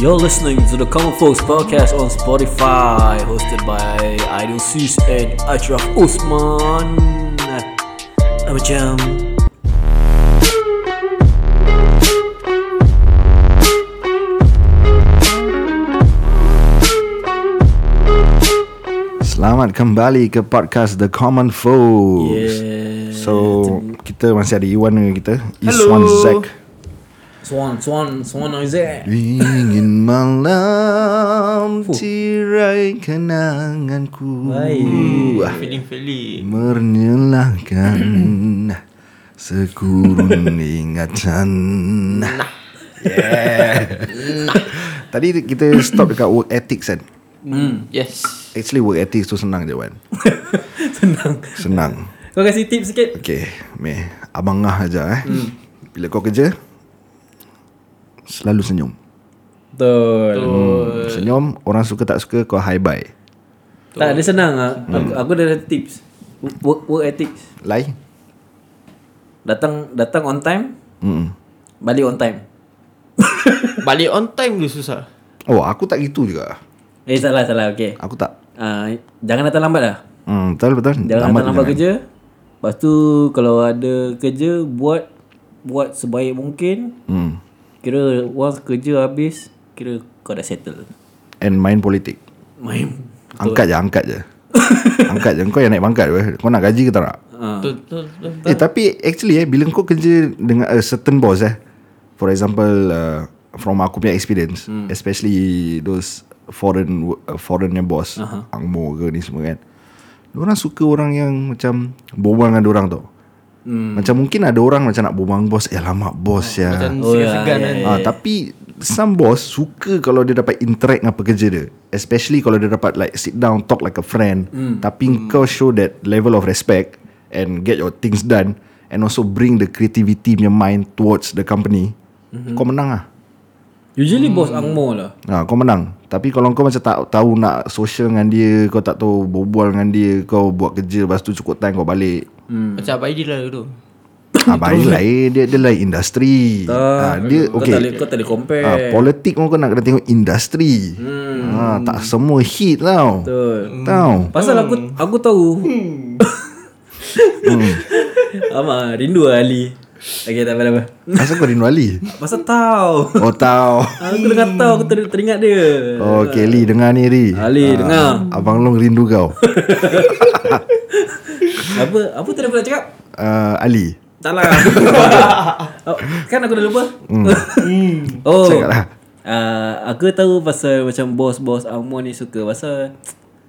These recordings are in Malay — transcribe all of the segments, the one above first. You're listening to the Common Folks podcast on Spotify, hosted by Aidil Sis and Ashraf Usman. Ah, Macam Selamat kembali ke podcast The Common Foes. Yeah. So kita masih ada Iwan dengan kita. Iswan Zack. Swan, Swan, Swan Isaac. Ingin malam tirai kenanganku Ah, Baik. Feeling feeling menyelahkan sekurun ingatan. Yeah. Tadi kita stop dekat work ethics kan. Hmm. Yes Actually work ethics tu senang je Wan. Senang. Senang. Kau kasih tips sikit. Okay Meh Abang Ngah aja eh hmm. Bila kau kerja Selalu senyum Betul. hmm. Senyum Orang suka tak suka Kau high bye Tak, dia senang ah. Aku, aku dah ada tips. Work, work ethics. Lie Datang datang on time, Mm-mm. balik on time. Balik on time ke susah Oh aku tak gitu juga Eh salah salah okey. Aku tak Ah, jangan datang lambat lah. hmm, Betul betul Jangan Lambat datang lambat jangan. kerja. Lepas tu kalau ada kerja buat buat sebaik mungkin. hmm. Kira once kerja habis, kira kau dah settle. And main politik Main. Angkat je Angkat je Angkat je Kau yang naik pangkat weh. Kau nak gaji ke tak nak Ha. Betul betul betul Eh tapi actually eh Bila kau kerja Dengan a certain boss eh For example uh, From aku punya experience hmm. Especially Those Foreign wo- uh, Foreign yang boss uh-huh. Angmo ke ni semua kan Diorang suka orang yang Macam Berbual dengan diorang tau hmm. Macam mungkin ada orang Macam nak berbual dengan boss Eh lama boss ya Macam Oh, oh, ya, segan ya, kan Ah, tapi some boss suka kalau dia dapat interact dengan pekerja dia. Especially kalau dia dapat like sit down talk like a friend. Hmm. Mm. Tapi mm. kau show that level of respect and get your things done and also bring the creativity punya mind towards the company. Mhm. Mm-hmm. Kau menang ah. Usually bos angmo lah. Ha, kau menang. Tapi kalau kau macam tak tahu nak social dengan dia, kau tak tahu berbual dengan dia, kau buat kerja lepas tu cukup time kau balik. Hmm. Macam Abang Aidil lah dulu Ah, baik lain dia dia lain industri. Ah, dia Kau tak boleh okey. kau tak boleh compare. Ah, politik pun kau nak kena tengok industri. Hmm. Ah, tak semua hit tau. Betul. Tau. Pasal aku Hmm. aku tahu. Ama rindu lah Ali. Okey tak apa-apa. Asal kau rindu Ali? Pasal tahu. Oh tahu. Aku dengar tahu aku ter- teringat dia. Oh, Ah. okay, Lee dengar ni Ri. Ali dengar. Abang Long rindu kau. Apa apa tadi aku nak cakap? Uh, Ali. Tak lah oh, Kan aku dah lupa Oh Hmm. Cakap lah. uh, Aku tahu pasal macam bos-bos Amon ni suka Pasal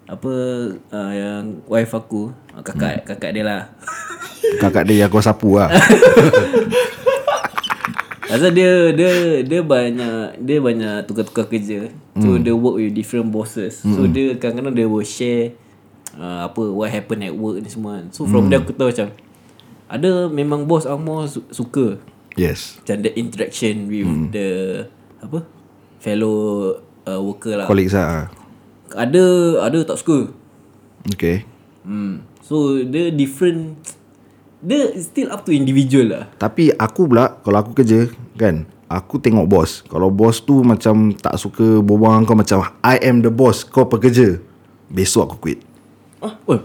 Apa uh, Yang wife aku uh, Hmm. Kakak kakak dia lah Kakak dia yang kau sapu lah. Pasal dia Dia dia banyak Dia banyak tukar-tukar kerja So Hmm. dia work with different bosses So dia kadang-kadang dia will share uh, Apa What happen at work ni semua kan. So Hmm. from there aku tahu macam Ada memang bos Amon su- suka Yes. macam the interaction with Hmm. the apa fellow uh, worker lah. Colleagues lah. Ada ada tak suka. Okay. Hmm. So dia different dia still up to individual lah. Tapi aku pula kalau aku kerja kan, aku tengok bos. Kalau bos tu macam tak suka berbual dengan kau macam I am the boss, kau pekerja. Besok aku quit. Ah, oh.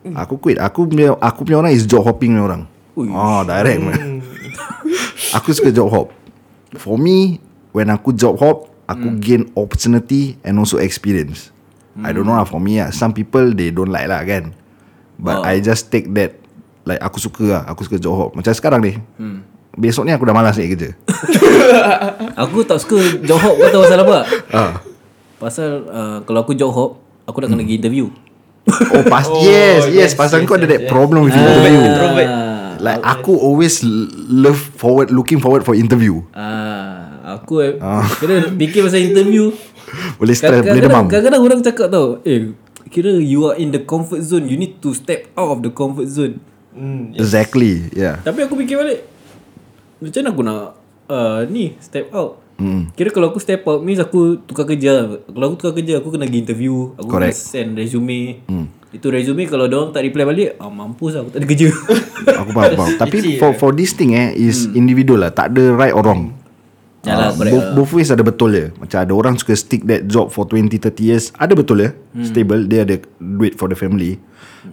Mm. Aku quit. Aku punya aku punya orang is job hopping punya orang. Ui. Oh, direct man. aku suka job hop. For me, when aku job hop, Mm. aku gain opportunity and also experience. I don't know lah for me lah. Some people they don't like lah kan. Oh. But I just take that like aku suka lah. Aku suka job hop. Macam sekarang ni. Hmm. Besok ni aku dah malas nak kerja. Aku tak suka job hop kau tahu pasal apa? Pasal uh, kalau aku job hop, aku nak Hmm. kena pergi interview. Oh pasti Oh, yes, yes yes, pasal yes, kau ada yes, that yes. problem with interview. Introvert. Like aku always l- love forward looking forward for interview. Ah, aku eh, kena fikir pasal interview. Boleh stress, boleh demam. Kadang-kadang kadang-kadang orang cakap tau, eh kira you are in the comfort zone, you need to step out of the comfort zone. Hmm Exactly Yeah Tapi aku fikir balik Macam mana aku nak uh, Ni step out Hmm. mm. Kira kalau aku step out Means aku tukar kerja Kalau aku tukar kerja Aku kena pergi interview Aku Correct. Hmm. kena send resume mm. Itu resume Kalau diorang tak reply balik ah, Mampus lah, aku tak ada kerja Aku faham, faham. Tapi for for this thing eh Is individual lah Tak ada right or wrong Ya lah, Ah, correct both, both ways ada betul dia Macam ada orang suka stick that job for 20-30 years Ada betul dia Stable Dia ada duit for the family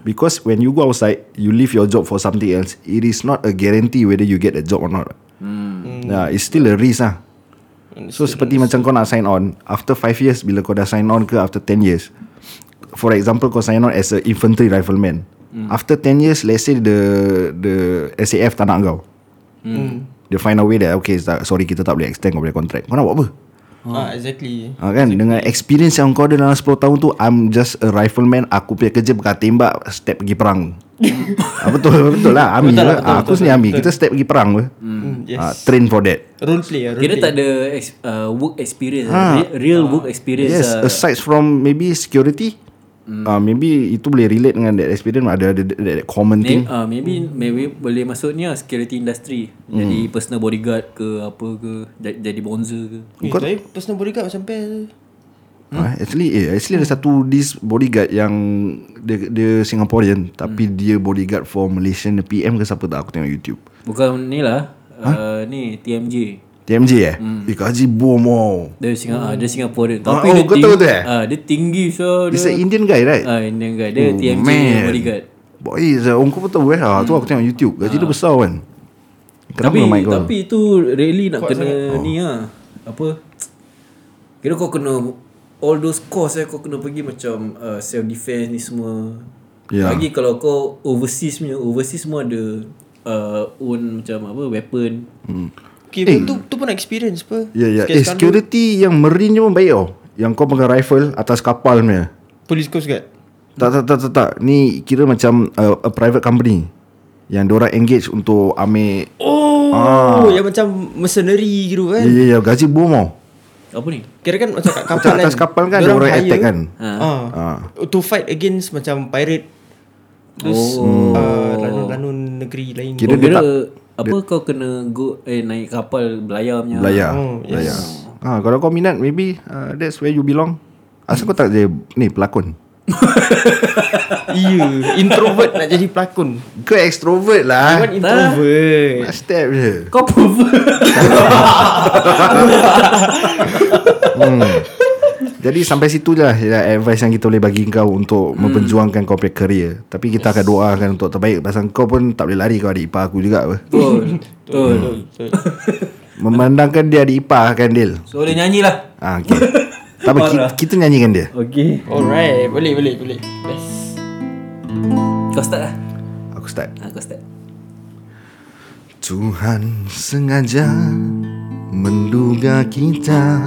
Because when you go outside You leave your job for something else It is not a guarantee whether you get a job or not yeah, It's still a risk lah So seperti macam kau nak sign on After 5 years Bila kau dah sign on ke After 10 years For example kau sign on as a infantry rifleman After 10 years Let's say the The SAF tak nak kau Hmm. They find a way that Okay tak- sorry kita tak boleh extend Kau boleh contract Kau nak buat apa Ah, exactly. ha, kan? Dengan experience yang kau ada Dalam 10 tahun tu I'm just a rifleman Aku punya kerja Bukan tembak Step pergi perang ha, Betul Betul lah Army Betul lah. lah, betul, Ah, Aku betul, sendiri army Kita step pergi perang pun Mm, yes. Ah, Train for that Role play lah. Role Kira play. tak ada ex- uh, work experience ha. Real work experience Ah. lah. Yes, aside from maybe security, mm. Hmm. uh, maybe itu boleh relate dengan that experience ada ada that, that common thing. May, uh, maybe maybe boleh masuknya security industry. Hmm. Jadi personal bodyguard ke apa ke jadi, jadi bonzer ke. Eh, tapi personal bodyguard macam best. Hmm? Ah, actually, eh, actually ada satu this bodyguard yang dia, dia Singaporean Hmm. tapi dia bodyguard for Malaysian PM ke siapa tak aku tengok YouTube. Bukan ni lah. Uh, ni TMJ. TMJ eh? Hmm. Mm. Eh, kaji bom oh. Dia Singapura, hmm. dia Singaporean. Ah, Tapi oh, dia, kau tahu tu eh? ah, dia tinggi so He's dia. an Indian guy right? Ah, Indian guy. Dia Oh, TMJ man. bodyguard. Hmm. Ah. Boy, saya orang kau pun tahu eh. Ah, tu aku tengok YouTube. Gaji dia besar kan. Kenapa tapi main kau? Oh. tapi itu really nak kena ni lah. Apa? Kira kau kena all those course eh kau kena pergi macam uh, self defense ni semua. Ya. Lagi kalau kau overseas punya, overseas semua ada uh, own macam apa weapon. Hmm. Okay, eh. tu, tu pun experience apa? Ya ya Eh security yang marine je pun baik tau Yang kau pegang rifle Atas kapal punya Police Coast Guard. Tak tak tak tak, tak. Ni kira macam uh, A private company Yang diorang engage untuk ambil Oh, ah. yang macam mercenary gitu Ya kan. ya ya Gaji boom tau Apa ni? Kira kan macam kat kapal Macam atas kapal kan Ada dorang orang hire- attack kan Ah. To fight against macam pirate. Terus oh. uh, lanun-lanun negeri lain. Kira, Hmm. Kira dia kira tak apa kau kena go eh naik kapal belayar punya. Belayar Oh, yes. Belayar ah, Kalau kau minat Maybe uh, That's where you belong Asal kau tak jadi Ni pelakon Iya, introvert nak jadi pelakon. Kau extrovert Kau lah kan introvert. Nak step je Kau pervert. Hmm. Jadi sampai situ lah ya, Advice yang kita boleh bagi kau Untuk hmm. memperjuangkan kau punya career Tapi kita yes. akan doakan untuk terbaik Pasal kau pun tak boleh lari Kau adik ipar aku juga apa. Betul. Betul. Betul. Memandangkan dia adik ipar kan Dil So dia lah. nyanyilah. ah, okay. Tak apa kita, kita nyanyikan dia Okay. Alright, boleh boleh boleh. Best. Kau start lah. Aku start Ha, kau start. Tuhan sengaja menduga kita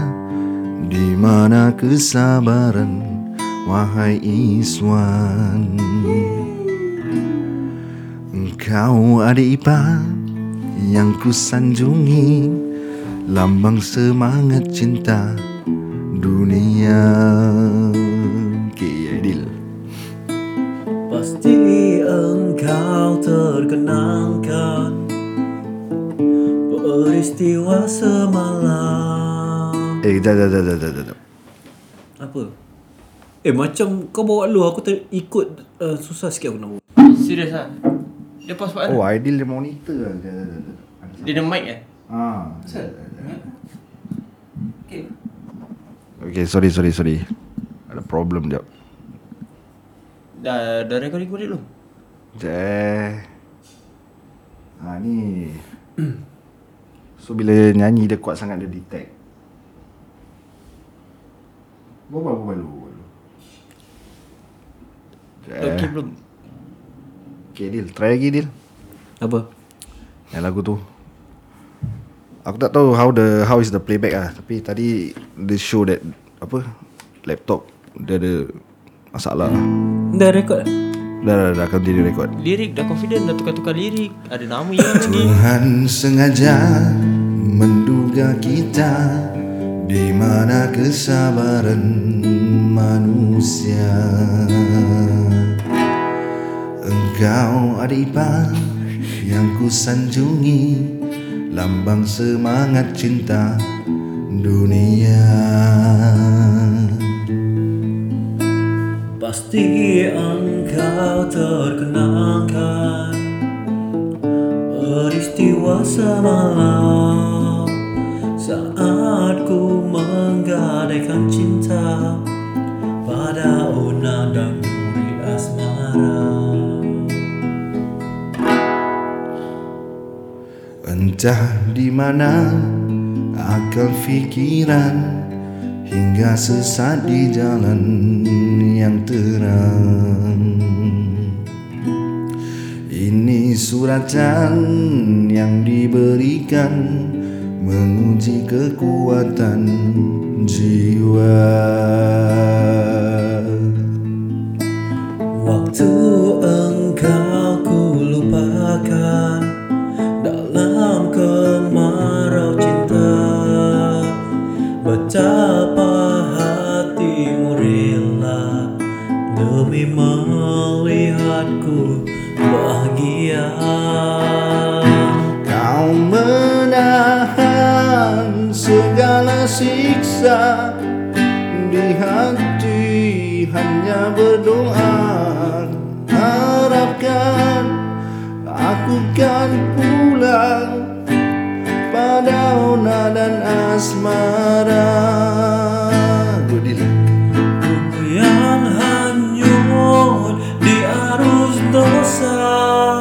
di mana kesabaran wahai Iswan Engkau adik ipar yang ku sanjungi lambang semangat cinta dunia Okay Adil Pasti engkau terkenangkan Peristiwa semalam Eh jap jap jap jap jap, jap Apa? Eh macam kau bawa lu aku ter- ikut uh, susah sikit aku nak buat Serius ah. Dia pause buat Oh Adil dia monitor lah Jap, jap, jap, jap. Dia ada mic eh. Ah. Okay, sorry, sorry, sorry. Ada problem jap. Dah dah recording balik belum? Sekejap eh. Ha, ni. So, bila nyanyi dia kuat sangat, dia detect. Berapa, berapa lu? Okay belum. Okay, Dil. Try lagi, Dil. Apa? Yang lagu tu. Aku tak tahu how the how is the playback ah, tapi tadi they show that apa laptop dia ada masalah. lah. Dah rekod lah Dah dah dah continue record. Lirik dah confident dah tukar-tukar lirik. Ada nama yang lagi. Tuhan sengaja menduga kita di mana kesabaran manusia. Engkau adik ipar yang ku sanjungi lambang semangat cinta dunia. Pasti engkau terkenangkan Peristiwa semalam Saat ku menggadaikan cinta Pada ona dan duri asmara Entah di mana akal fikiran hingga sesat di jalan yang terang. Ini suratan yang diberikan menguji kekuatan jiwa. Waktu engkau ku lupakan Dalam kemarau cinta Betapa hatimu rela Demi melihatku bahagia Kau menahan segala siksa di hati hanya berdoa harapkan aku kan pulang pada ona dan asmara. Good deal. Buku yang hanyut di arus dosa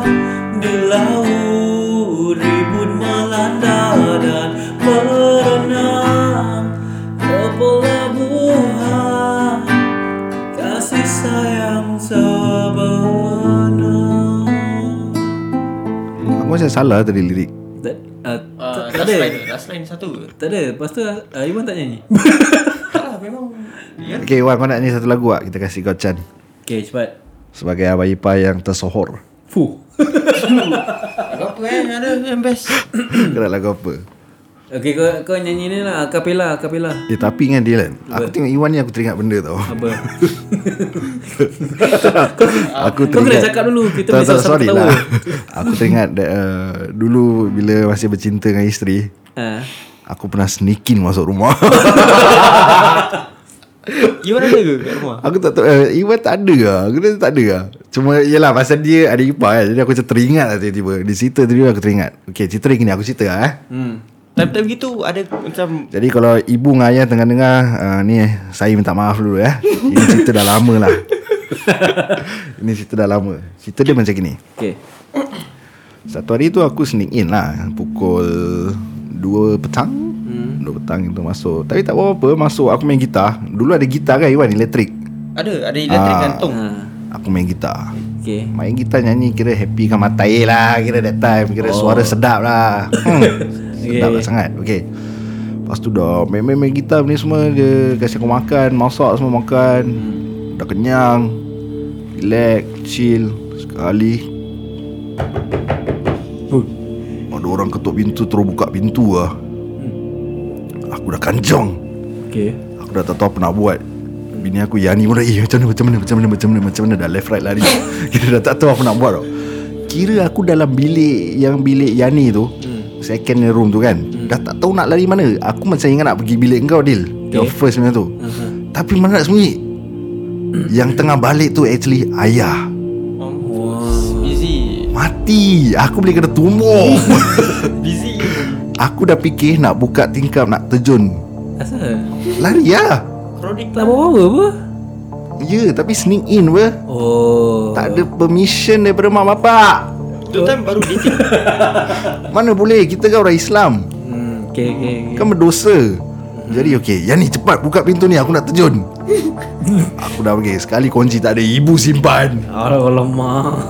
Di laut ribut melanda dan berenang Ke pelabuhan kasih sayang sebenar Aku macam salah tadi lirik. Tak, ah, Uh, tak, tak last ada line Last line satu ke? Tak ada Lepas tu ah, Iman tak nyanyi Tak lah memang Ya Okay, Wan, kau nak ni satu lagu tak? Kita kasih kau Chan. Okay cepat Sebagai abah ipar yang tersohor. Fuh Tak apa eh Ada yang best Kena lagu apa? Okay kau, kau nyanyi ni lah Akapela Akapela Eh tapi kan Dylan Aku tengok Iwan ni aku teringat benda tau Apa Aku Kau kena cakap dulu, kita boleh Tak, tak, sama-sama sorry ketawa. lah Aku teringat that, uh, Dulu bila masih bercinta dengan isteri Ah, Aku pernah sneak in masuk rumah Iwan ada ke kat rumah? Aku tak tahu uh, Iwan tak ada lah Aku rasa tak ada lah Cuma yelah pasal dia ada ipar kan Jadi aku macam teringat lah tiba-tiba Dia cerita tiba-tiba aku teringat Okay cerita dia gini aku cerita lah eh hmm. Time-time gitu ada macam Jadi kalau ibu dengan ayah tengah dengar uh, Ni saya minta maaf dulu ya Ini cerita dah lama lah Ini cerita dah lama Cerita dia macam gini Okay Satu hari tu aku sneak in lah Pukul 2 petang hmm. 2 petang itu masuk Tapi tak buat apa-apa Masuk aku main gitar Dulu ada gitar kan Iwan elektrik Ada Ada elektrik Ah. gantung ah, Aku main gitar Okay Main gitar nyanyi Kira happy kan matai lah Kira that time Kira oh. suara sedap lah hmm. Sedap lah sangat Okay Lepas tu dah main-main gitar ni semua Dia kasi aku makan Masak semua makan Dah kenyang Relax Chill Sekali Ada orang ketuk pintu Terus buka pintu lah Aku dah kanjong Okay Aku dah tak tahu apa nak buat Bini aku Yani pun dah Eh macam mana macam mana macam mana macam mana macam mana Dah left right lari Kira dah tak tahu apa nak buat tau Kira aku dalam bilik Yang bilik Yani tu Second room tu kan Dah tak tahu nak lari mana Aku macam ingat nak pergi bilik kau Dil Your first punya tu Tapi mana nak sembunyi Yang tengah balik tu actually Ayah Mampus Oh, Busy Mati Aku boleh kena tumbuk Busy Aku dah fikir nak buka tingkap Nak terjun Asal Lari lah Kronik Tak bawa apa apa Ya tapi sneak in apa Oh Tak ada permission daripada mak bapak Tu time baru dating Mana boleh kita kan orang Islam hmm, Okay okay, okay. Kan berdosa Jadi okey Yang ni cepat buka pintu ni Aku nak terjun Aku dah pergi Sekali kunci tak ada Ibu simpan Alamak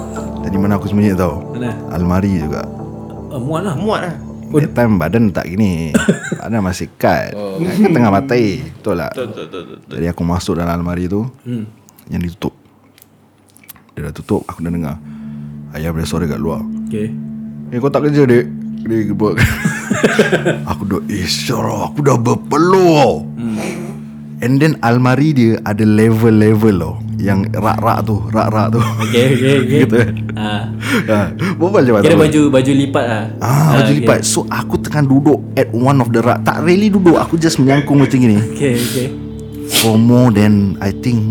Tadi mana aku sembunyi tau Mana Almari juga uh, Muat lah Muat lah That time badan tak gini Badan masih cut Kan tengah matai Betul tak Betul, betul, betul. Jadi aku masuk dalam almari tu hmm. Yang ditutup Dia dah tutup Aku dah dengar Ayah ada suara kat luar Okay Eh kau tak kerja dek Dia buat Aku dah Eh syarah Aku dah berpeluh hmm. And then almari dia Ada level-level loh Yang rak-rak tu Rak-rak tu Okay okay, okay. Gitu kan ah, ha. Berapa macam Kira mana baju baju lipat lah Ah, baju lipat So aku tengah duduk At one of the rak Tak really duduk Aku just menyangkung macam gini Okay okay For more than I think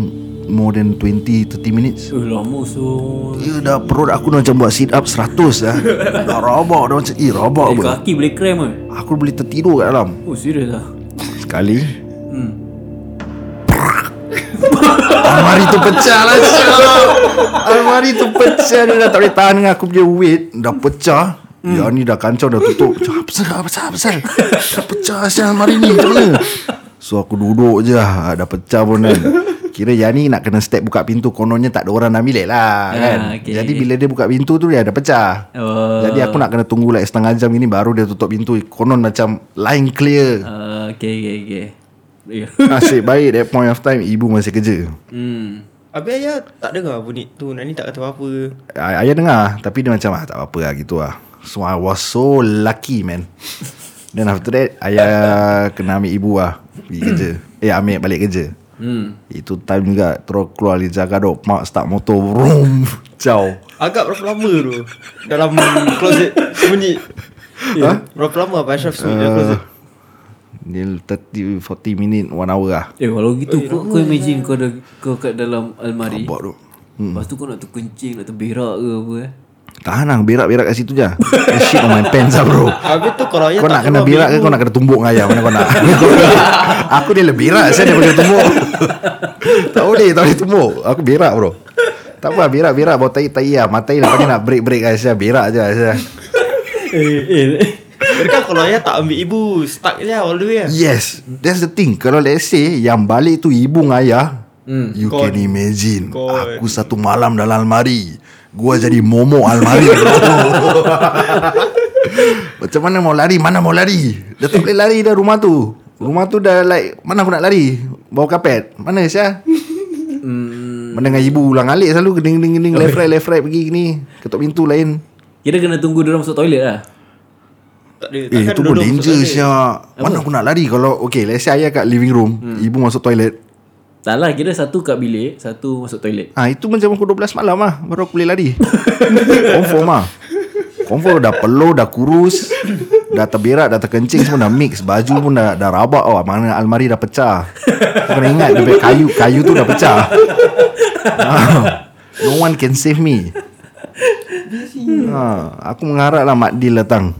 more than 20 30 minutes Eh lama so Ya dah perut aku dah macam buat sit up 100 dah Dah rabak dah macam Eh rabak Eh, pun kaki boleh krem ke? Aku boleh tertidur kat dalam Oh serius lah Sekali Hmm. Almari tu pecah lah Syah. Almari tu pecah Dia dah tak boleh tahan dengan aku punya weight Dah pecah Hmm. Ya ni dah kacau dah tutup Macam, Apa pasal apa pasal apa pasal Dah pecah Syah almari ni Macam mana So aku duduk je lah. Dah pecah pun kan Kira yang ni nak kena step buka pintu Kononnya tak ada orang dalam bilik lah kan Ah, okay. Jadi bila dia buka pintu tu Dia dah pecah Oh. Jadi aku nak kena tunggu like setengah jam ini Baru dia tutup pintu Konon macam line clear uh, Okay okay okay yeah. Nasib baik That point of time Ibu masih kerja Hmm Habis ayah tak dengar bunyi tu Nak ni tak kata apa-apa Ay- Ayah dengar Tapi dia macam ah, Tak apa-apa lah gitu lah So I was so lucky man Then after that Ayah kena ambil ibu lah Pergi kerja Eh ambil balik kerja Hmm Itu time juga Terus keluar dari jaga dok Mak start motor Vroom Ciao Agak berapa lama tu Dalam closet Bunyi Ha? yeah. Berapa lama Abang Ashraf sembunyi Eh. dalam closet Dia 30 40 minit 1 hour lah Eh kalau gitu kau, kau imagine kau, ada, kau kat dalam almari Buat tu Lepas tu kau nak terkencing Nak terberak ke apa eh Tahan lah Berak-berak kat situ je The shit on my pants lah bro Habis tu kalau ayah Kau tak nak kena keluar berak ke Kau nak kena tumbuk dengan ayam Mana kau nak Aku dia lebih berak Saya daripada tumbuk Tak boleh Tak boleh tumbuk Aku berak bro Tak apa berak-berak Bawa tai-tai lah Matai lepas ni nak break-break lah Saya berak je Saya Mereka Eh, kan kalau ayah tak ambil ibu Stuck je lah all the way lah Yes That's the thing Kalau let's say Yang balik tu ibu dengan ayah You Gone. can imagine Gone. Aku satu malam dalam almari Gua jadi momok almari Macam mana mau lari Mana mau lari Dah tak boleh lari dah rumah tu Rumah tu dah like Mana aku nak lari Bawa kapet Mana Syah Hmm. Mana dengan ibu ulang alik selalu Geding geding geding Left right left right pergi gini Ketuk pintu lain Kira kena tunggu dia orang masuk toilet lah Tak ada Eh takkan itu pun duduk masuk danger toilet. Syah Mana aku nak lari Kalau okay Let's say ayah kat living room Hmm. Ibu masuk toilet Tak lah kira satu kat bilik Satu masuk toilet Ah itu macam pukul 12 malam lah baru aku boleh lari. Confirm ah. Confirm dah peluh, dah kurus, dah terberak, dah terkencing semua dah mix. Baju pun dah, dah rabak oh. Mana almari dah pecah. Kau kena ingat dia punya kayu kayu tu dah pecah. Ah, no one can save me. Ah, aku mengharap lah Mak Dil datang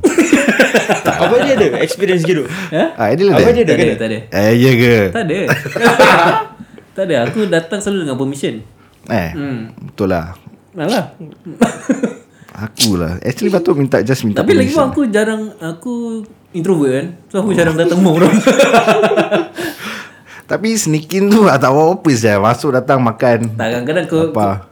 Abang dia ada experience gitu ah, Adil Abang dia ada? Eh? Tak ada ada kan Tak ada Eh ya ke? Tak ada Tak ada Aku datang selalu dengan permission Eh Betul lah Malah Aku lah Actually patut minta Just minta Tapi lagi permission. pun Oh. aku jarang Aku introvert kan So aku jarang datang rumah orang Tapi sneaking tu tak tahu apa saya Masuk datang makan Tak kadang-kadang kau Apa?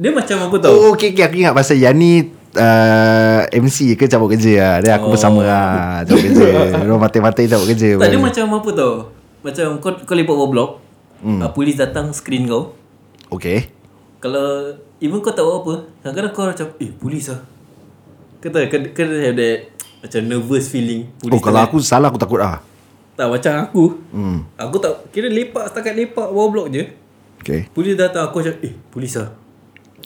Dia macam apa tau Oh okay, okay aku ingat pasal Yani uh, MC ke cabut kerja lah Dia aku bersama lah cabut kerja Dia mati-mati cabut Oh. kerja Tak dia macam apa tau Macam kau, kau lepak bawah blok hmm. uh, Polis datang screen kau Okay Kalau Even kau tak buat apa Kadang-kadang kau macam Eh polis lah Kau tahu kau, kau have that Macam nervous feeling Oh Polis kalau tak- aku salah aku takut ah. Tak macam aku hmm. Aku tak Kira lepak setakat lepak bawah blok je Okay Polis datang aku macam Eh polis lah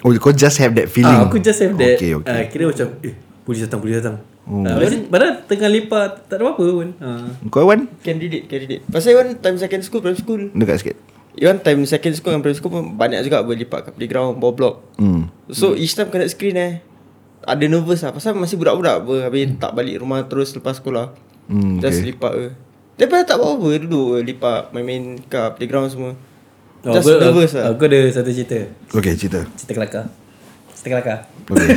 Oh kau just have that feeling Ah, aku just have that. Okay Ah, okay kira macam eh polis datang polis datang. Hmm. Ah, padahal- padahal tengah lepak tak ada apa-apa pun. Ah. Kau Wan Can read it Can read it Pasal Iwan time second school Primary school Dekat sikit Iwan time second school Dengan primary school pun Banyak juga boleh lipat kat playground Bawah block hmm. So each time kena screen eh Ada nervous lah Pasal masih budak-budak apa Habis tak balik rumah Terus lepas sekolah Hmm, Just okay. lipat ke Daripada tak buat apa Duduk je lipat Main-main kat playground semua Oh, Just aku- nervous aku, lah Aku ada satu cerita. Okay cerita Cerita kelakar. Cerita kelakar. Okay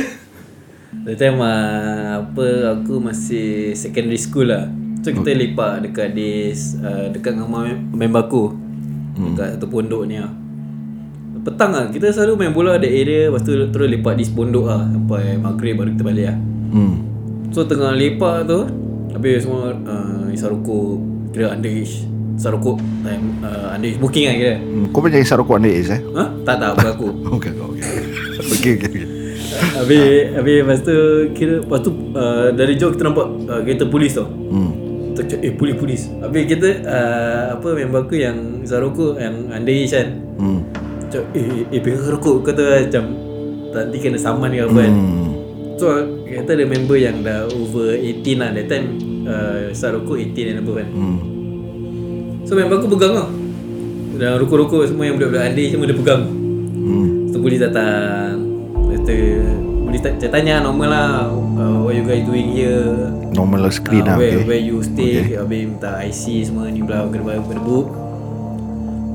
That time ah, apa aku masih secondary school lah. So kita lepak dekat this uh, dekat dengan rumah mem- member aku. Hmm. Dekat satu pondok ni lah. Petang lah Kita selalu main bola Ada area Lepas tu terus lepak di pondok lah Sampai maghrib Baru kita balik lah hmm. So tengah lepak tu Habis semua uh, Isar rokok Kira underage Isar rokok time, uh, Underage booking lah kira Hmm, Kau punya isap rokok ni eh Ha? Tak tak bukan aku Okay okay Okay okay, okay. Habis Habis lepas tu Kira Lepas tu uh, Dari jauh kita nampak uh, Kereta polis tau Hmm. Kita cakap eh polis polis Habis kita uh, Apa member aku yang Isar rokok Yang underage kan Hmm. Cakap eh eh, eh pegang rokok Kau tu lah, macam Nanti kena saman ke apa kan Hmm. So Kata ada member yang dah Over 18 lah That time uh, Isar rokok 18 dan apa kan Hmm. So member aku pegang lah Dia Dan rokok-rokok semua yang budak-budak andai semua dia pegang. Hmm. Tu boleh datang. Kata boleh tak saya tanya normal lah uh, what you guys doing here. Normal lah screen Ah, lah where, okay. where you stay okay. Habis minta IC semua ni bla kena bayar kena book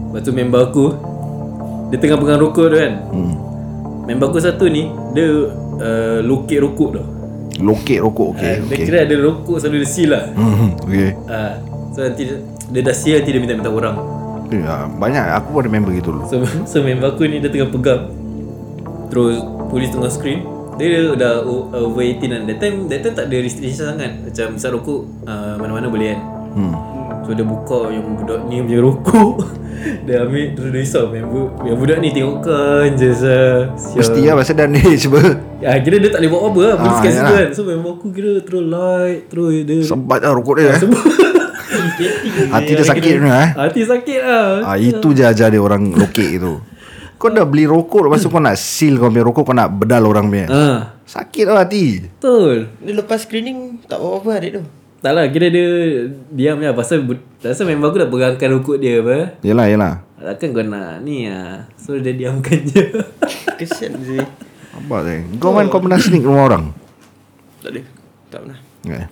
Lepas tu member aku Dia tengah pegang rokok tu kan hmm. Member aku satu ni Dia uh, lokek rokok tu Lokek rokok Okay Ah, Dia okay. kira ada rokok selalu dia seal lah Hmm, okay. Ah, So nanti dia, dia dah seal nanti dia minta-minta orang Ya, banyak aku pun ada member gitu dulu. So, so member aku ni dia tengah pegang Terus polis tengah screen dia dah o- over 18 kan That time, that time tak ada restriction sangat Macam misal rokok ah, Mana-mana boleh kan Hmm. So dia buka yang budak ni punya rokok Dia ambil terus dia risau Yang, bu- yang budak ni tengokkan je sah Mesti lah pasal dah ni cuba Ya, kira dia tak boleh buat apa lah Polis Ah, kat situ yalah. kan So memang aku kira terus light Terus dia sempat lah rokok Ya, dia. eh. Hati dia sakit ni eh. Hati sakit lah Ah itu je ajar dia orang lokek itu. Kau dah beli rokok lepas tu kau nak seal kau punya rokok kau nak bedal orang punya. ah, Sakit lah hati. Betul Dia lepas screening tak buat apa adik tu. Tak lah kira dia Diam lah Pasal, bu- pasal memang aku dah pegangkan rokok dia apa Yelah yelah. Takkan kau nak ni lah So dia diamkan je Kesian je. Apa tu? eh. Kau man kau pernah sneak rumah orang? Tak ada. Tak pernah. Enggak. eh?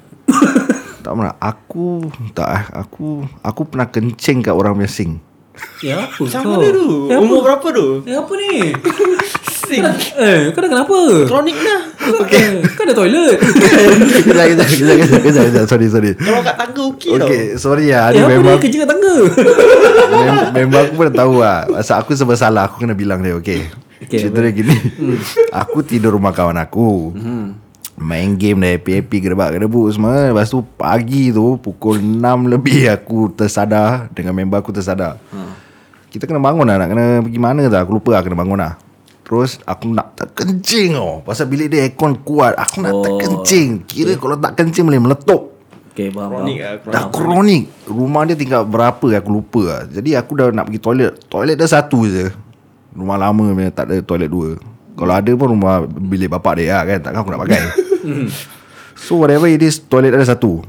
tak pernah. Aku tak eh. aku aku pernah kencing kat orang punya sink. Ya apa Sama kau? dia tu. Ya, Umur berapa tu? Eh apa ni? Sing. Eh kau dah kenapa? Kronik dah. Okay. Kau ada toilet. kejap kejap kejap kejap kejap kejap sorry sorry. Kalau kat tangga okey tau. Okay, sorry ya. eh, Ada apa memang ni kerja kat tangga? Mem- Member aku pun dah tahu lah Pasal aku sebab salah Aku kena bilang dia Okay, Okay, Hmm. Cerita dia gini Aku tidur rumah kawan aku Main game dah happy-happy Gerebak gerebu semua Lepas tu pagi tu Pukul 6 lebih Aku tersadar Dengan member aku tersadar Ha. Kita kena bangun lah Nak kena pergi mana tak Aku lupa lah kena bangun lah Terus aku nak terkencing oh. Pasal bilik dia aircon kuat Aku Oh. nak terkencing Kira kalau tak kencing boleh meletup Okay, faham. Kronik faham. lah. Dah kronik Rumah dia tingkat berapa Aku lupa lah. Jadi aku dah nak pergi toilet Toilet dah satu je Rumah lama punya Tak ada toilet dua Kalau ada pun rumah Bilik bapak dia lah kan Takkan aku nak pakai So whatever it is Toilet ada satu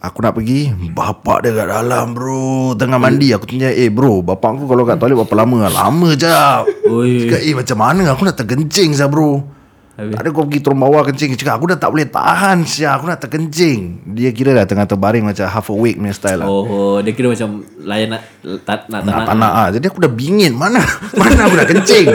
Aku nak pergi Bapak dia kat dalam bro Tengah mandi Aku tanya Eh bro Bapak aku kalau kat toilet Berapa lama Lama jap Oi. Cakap eh macam mana Aku nak terkencing sah bro Habis? Tak ada kau pergi turun bawah kencing Cakap aku dah tak boleh tahan Syah Aku nak terkencing Dia kira dah tengah terbaring Macam half awake punya style lah Oh, oh, dia kira macam layan nak tak nak tak Nak nak. tak nak ah. Jadi aku dah bingit Mana Mana aku nak kencing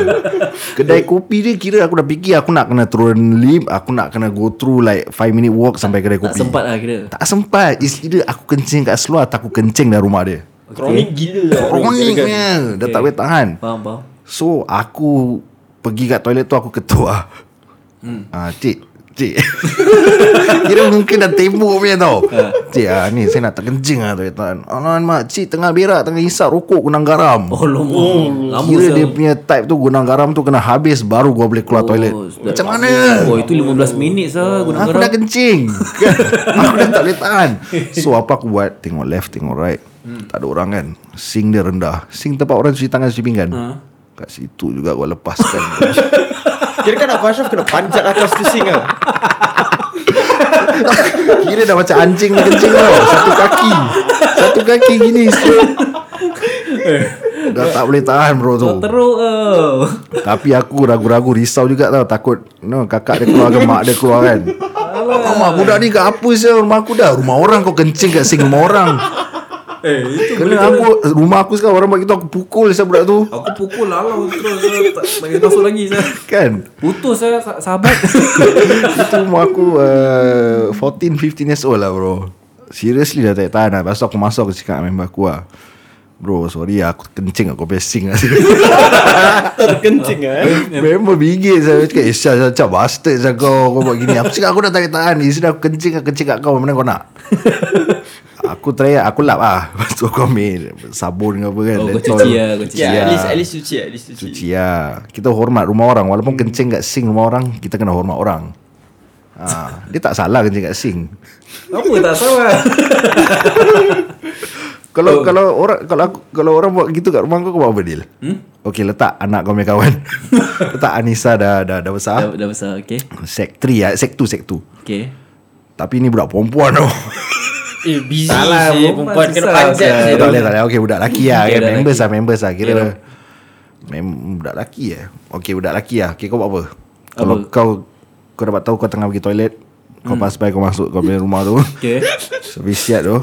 Kedai kopi dia kira Aku dah fikir Aku nak kena turun lift Aku nak kena go through Like 5 minute walk Sampai kedai Tak kopi sempat lah kira. Tak sempat It's either aku kencing kat seluar Atau aku kencing dalam rumah dia Kronik gila lah. Oh, kan? Kroniknya Dah tak boleh tahan Faham, faham. So aku pergi kat toilet tu aku ketua. Hmm. Ah, cik, cik. Kira mungkin dah tembok punya tau. Ha. Cik, ah, ni saya nak terkencing ah toilet tuan. Alah mak, cik tengah berak, tengah hisap rokok guna garam. Oh, lama. lama Kira sah. dia punya type tu guna garam tu kena habis baru gua boleh keluar toilet. Macam mana? Oh, itu 15 minit sah guna Aku garam. dah kencing Aku dah tak boleh tahan So apa aku buat Tengok left Tengok right Hmm. Tak ada orang kan Sing dia rendah Sing tempat orang cuci tangan Cuci pinggan Ha. Kat situ juga gua lepaskan Kira kan Abang Ashraf kena panjat atas tu sing lah. Kira dah macam anjing dah kencing tau Satu kaki Satu kaki gini straight Dah tak boleh tahan bro tu Oh, teruk oh. kau. Tapi aku ragu-ragu risau juga tau Takut no, kakak dia keluar ke mak dia keluar kan Alah. Mak budak ni kat apa sih rumah aku dah Rumah orang kau kencing kat sing rumah orang Eh, itu Kena aku Rumah aku sekarang orang buat gitu Aku pukul sah budak tu aku pukul lah lah terus sah. tak tak boleh masuk lagi sah. Kan Putus sah sah- sahabat. Itu umur aku uh, 14, 15 years old lah bro Seriously dah tak tahan lah Lepas tu aku masuk aku cakap dengan member aku lah Bro sorry lah aku kencing aku pesing lah Terkencing lah. eh. Member bingit saya cakap Eh Syah macam bastard saya kau Kau buat gini Aku cakap aku dah tak tahan Ni sudah aku kencing aku kencing kat kau Mana kau nak Aku try lah, Aku lap lah Lepas tu aku ambil Sabun ke apa kan Oh, kau Dettol. cuci lah, kau cuci. Ya, Ya. at least at least cuci at least cuci. Cuci lah Kita hormat rumah orang Walaupun kencing kat sing rumah orang Kita kena hormat orang ha, Dia tak salah kencing kat sing Apa tak salah. Kalau oh. kalau orang kalau aku, kalau orang buat gitu kat rumah kau kau buat apa deal? Hmm? Okey letak anak kau punya kawan. letak Anissa dah dah dah besar. Dah, dah besar, okay. Sek 3 ah, sek 2 sek 2. Okay. oh. Tapi ni budak perempuan tau. Eh busy Salah, Salah, sih perempuan Perempuan kena susah panjat saya. je Tak boleh tak boleh Okay budak lelaki lah Okay, okay, budak Members lelaki. lah members lah Kira mem, Budak lelaki lah Okay budak lelaki lah Okay kau buat apa Kalau kau Kau dapat tahu kau tengah pergi toilet Kau pass by kau masuk Kau punya rumah tu Okay Habis siap tu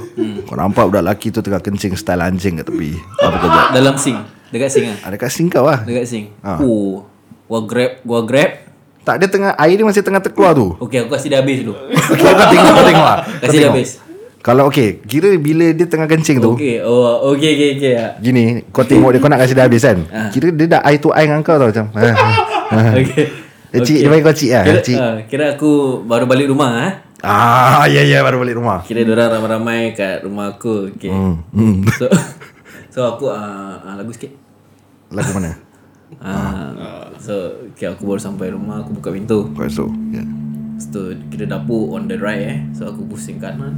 Kau nampak budak lelaki tu Tengah kencing style anjing kat tepi Apa kau buat Dalam sing Dekat sing lah Ada kat sink kau lah Dekat sing Oh Gua grab Gua grab Tak dia tengah Air dia masih tengah terkeluar tu Okay aku kasi dia habis dulu Okay kau tengok Kau tengok lah Kau Kasi dia tengok. habis. Kalau okay Kira bila dia tengah kencing tu Okay Oh okay okay okay lah. Gini Kau tengok dia Kau nak kasi dia habis kan Ah. Kira dia dah eye to eye dengan kau tau Macam ah, ah. Okay Eh, cik, dia panggil kau cik lah, Kira, cik. ah, kira aku baru balik rumah ah. Ah, ya ya baru balik rumah. Hmm, Kira diorang ramai-ramai kat rumah aku Okay Oh. So So aku ah, ah, Lagu sikit Lagu mana? Ah, So okay, Aku baru sampai rumah Aku buka pintu Kau so. Ya. Lepas tu Kira dapur on the right eh So aku pusing kanan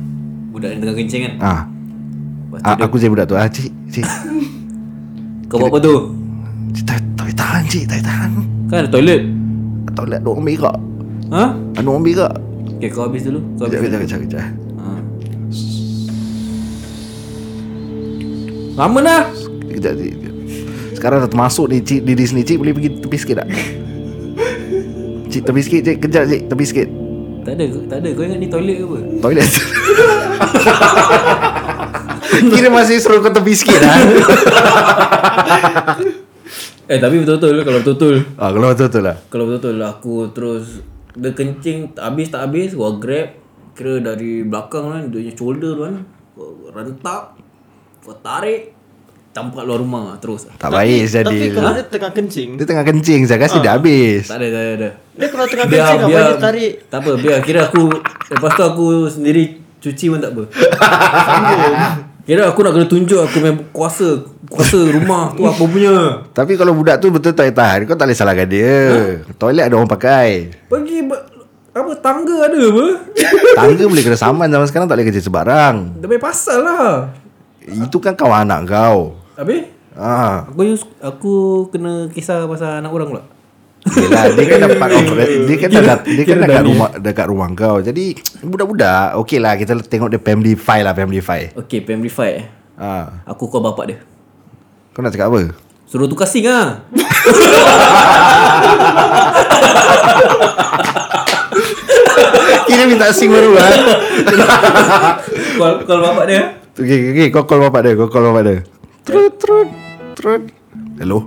Budak yang tengah kencing kan Ah. Lepas tu ah aku je budak tu. Ah, cik, cik. Kau buat apa tu Cik tak tak boleh tahan cik, tak boleh tahan. Kan ada toilet Tak boleh ada orang berak. Ha? Ada orang berak. Okay kau habis dulu Kau Kejap, habis kejap, dulu kejap, kejap. ha. Lama dah Kejap, cik. kejap. Sekarang dah termasuk ni cik diri sini cik boleh pergi tepi sikit tak? Cik tepi sikit cik, kejap cik, tepi sikit. Tak ada tak ada Kau ingat ni toilet ke apa Toilet. Kira masih suruh kau tepi sikit lah. Eh tapi betul-betul Kalau betul-betul ah, kalau betul-betul lah. Kalau betul-betul aku terus Dia kencing tak habis tak habis Gua grab Kira dari belakang kan Dia punya shoulder tu kan Gua Rentap Gua tarik Tampak luar rumah terus Tak baik jadi. Tapi kalau Ah. dia tengah kencing Dia tengah kencing Saya kasi dia habis Tak ada tak ada, tak ada. Dia kalau tengah kencing Apa dia tarik Tak apa biar Kira aku Lepas tu aku sendiri Cuci pun tak apa Sanggup. Kira aku nak kena tunjuk Aku memang kuasa Kuasa rumah tu aku punya Tapi kalau budak tu betul tak boleh tahan Kau tak boleh salahkan dia Toilet ada orang pakai Pergi ber- Apa tangga ada apa Tangga boleh kena saman Zaman sekarang tak boleh kerja sebarang Dah main pasal lah Itu kan kau anak kau Habis Ah, Aku use, aku kena kisah pasal anak orang pula. Yelah dia kan dapat over, dia kan dah, dia kan Kira dekat Dani. rumah dekat rumah kau. Jadi budak-budak okey lah kita tengok dia family file lah family file. Okay, family fight. eh. Ah, Aku call bapak dia. kau nak cakap apa? Suruh tukar sing ah. Kira minta sing baru lah. call call bapak dia. eh. Okey okey kau call bapak dia, kau call bapak dia. Trut trut trut. Hello.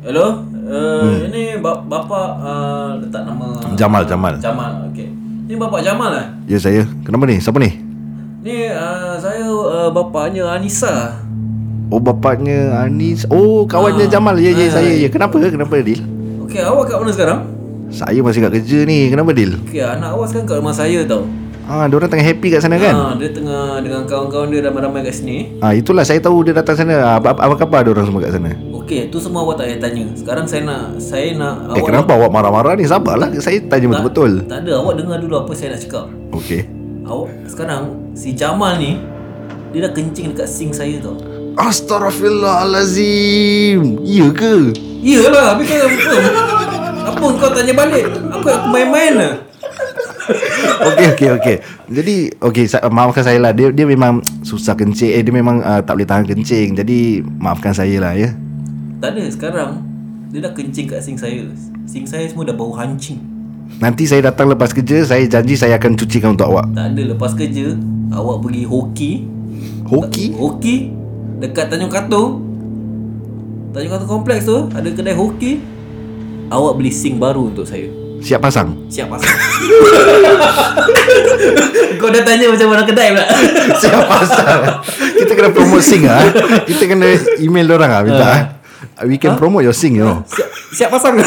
Hello? Uh, hmm. Ini ba- bapak uh, letak nama Jamal, Jamal. Jamal. Okay. Ini bapak Jamal lah. Ya saya. Kenapa ni? Siapa ni? Ni uh, saya uh, bapaknya Anissa. Oh bapaknya Anis Oh Ah. kawannya Jamal Ya ya Ah, saya ah. ya Kenapa Kenapa Dil Okay, awak kat mana sekarang? Saya masih kat kerja ni Kenapa Dil Okay, anak awak sekarang kat rumah saya tau. Ah, Diorang tengah happy kat sana kan Ah, dia tengah dengan kawan-kawan dia ramai-ramai kat sini. Ah, Itulah saya tahu dia datang sana Ah, Apa, apa, apa khabar diorang semua kat sana Eh, Okey, tu semua awak tak payah tanya. Sekarang saya nak saya nak Eh kenapa awak marah-marah ni Sabarlah Saya tanya betul-betul Tak ada, awak dengar dulu apa saya nak cakap. Okey Awak sekarang si Jamal ni dia dah kencing dekat sink saya tau. Astaghfirullahalazim Iya ke Iyalah, habis kau apa? apa kau tanya balik? Aku aku main-main lah. Okey okey okey Jadi Okey sa- maafkan saya lah Dia dia memang Susah kencing Eh dia memang ah, Tak boleh tahan kencing Jadi Maafkan saya lah ya Tak ada, sekarang dia dah kencing kat sink saya. Sink saya semua dah bau hancing. Nanti saya datang lepas kerja Saya janji saya akan cucikan untuk awak Tak ada lepas kerja, awak pergi hoki, Hoki hoki dekat Tanjung Katong. Tanjung Katong kompleks tu ada kedai hoki. Awak beli sink baru untuk saya. Siap pasang Siap pasang Kau dah tanya macam mana kedai pula Siap pasang Kita kena promote sing ah. Kita kena email orang ah minta ah. We can promote your sing you know Siap, siap pasang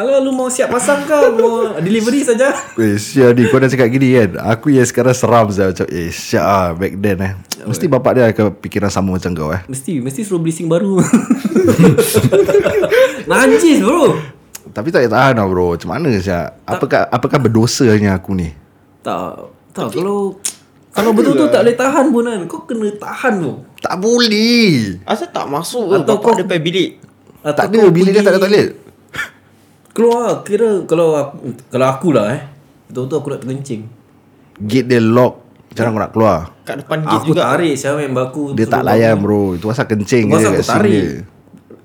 Kalau lu mau siap pasang ke Mau delivery saja Eh Syah ni Kau dah cakap gini kan Aku yang sekarang seram saya Macam eh Syah ah, Back then eh Mesti bapak dia akan Pikiran sama macam kau eh Mesti Mesti suruh beli sing baru Najis bro Tapi tak boleh tahan lah bro Macam mana Syah Apakah, apakah berdosanya aku ni Tak Tak kalau Kalau lah. betul-betul tak boleh tahan pun kan Kau kena tahan tu Tak boleh Asal tak masuk ke Atau Atau kau- kau depan bilik Atau Tak ada kau Bila dia pergi- tak ada toilet Keluar lah, Kira kalau aku, Kalau akulah eh Betul-betul aku nak terkencing Gate dia lock Macam mana aku nak keluar Kat depan gate Aku juga tarik siapa yang baku Dia suruh tak buka layan pintu. bro Itu pasal kencing Pasal je aku kat sini tarik je.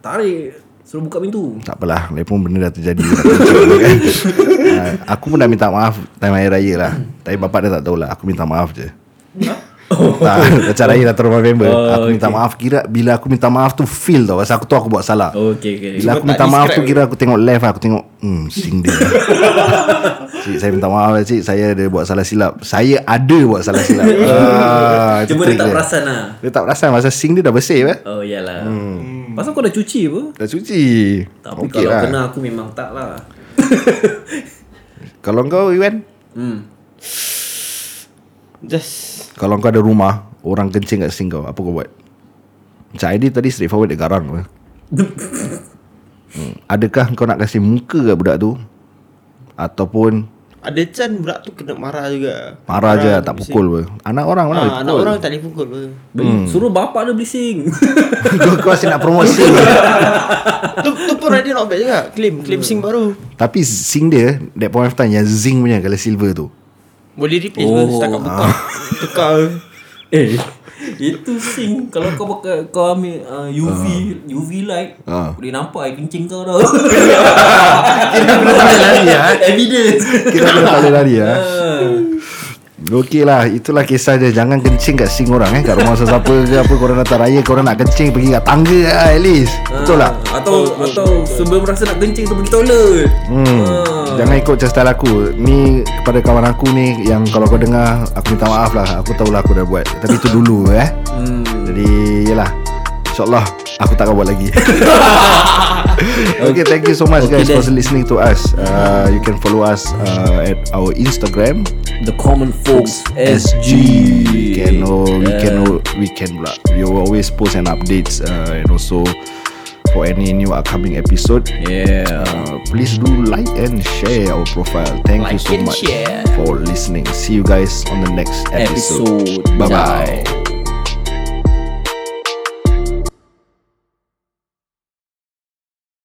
Tarik Suruh buka pintu Tak apalah Lagipun benda dah terjadi dah kencing, kan? Ah, Aku pun dah minta maaf Time hari raya lah Tapi bapak dia tak tahulah Aku minta maaf je tak, macam raya dah terus November Oh, Aku minta maaf Kira bila aku minta maaf tu Feel tau Pasal aku tu aku buat salah Okay Oh, okay Bila aku Cuma minta tak maaf describe tu Kira aku tengok left lah, Aku tengok Hmm sing dia Cik saya minta maaf lah cik Saya ada buat salah silap Saya ada buat salah silap ah, itu Cuma dia trick tak perasan lah Dia tak perasan Pasal sing dia dah bersih eh? Oh iyalah Pasal kau dah cuci apa Dah cuci Tapi Hmm. Okey kalau lah. kena aku memang tak lah Kalau kau Iwan Hmm Just Kalau kau ada rumah Orang kencing kat sing kau Apa kau buat Macam ID tadi straightforward Dia garang lah. hmm. Adakah kau nak kasih muka kat budak tu Ataupun Ada can budak tu kena marah juga Marah je lah, tak pukul pun Anak orang mana ah, boleh Anak pukul orang tak boleh pukul pun Hmm. Beli- Suruh bapak dia beli sing kau, kau asyik nak promosi tu, tu pun idea not bad juga Claim Claim sing baru Tapi sing dia That point of time Yang zinc punya Kalau silver tu Boleh replace pun Oh. Setakat buka Tukar Eh Itu sing Kalau kau pakai Kau ambil uh, UV UV light Ah. Boleh nampak air kencing kau dah Kira kena tak boleh lari ya. Evidence Kira kena tak boleh lari ya. Okey lah Itulah kisah dia Jangan kencing kat sing orang eh Kat rumah sesiapa ke apa Korang datang raya Korang nak kencing Pergi kat tangga lah at least Betul tak? Ah, Atau atau sebelum rasa nak kencing tu pergi toilet Ah. Hmm. Jangan ikut cerita aku Ni kepada kawan aku ni Yang kalau kau dengar Aku minta maaf lah Aku tahulah aku dah buat Tapi itu dulu eh hmm. Jadi yelah InsyaAllah Aku tak akan buat lagi Okay thank you so much okay, guys then. For listening to us uh, You can follow us uh, At our Instagram The common folks We can oh, We can oh, We can pula We will always post and updates uh, And also For any new upcoming episode Yeah uh, please do like and share our profile. Thank you so much for listening. See you guys on the next episode. Episode Bye bye. Ciao.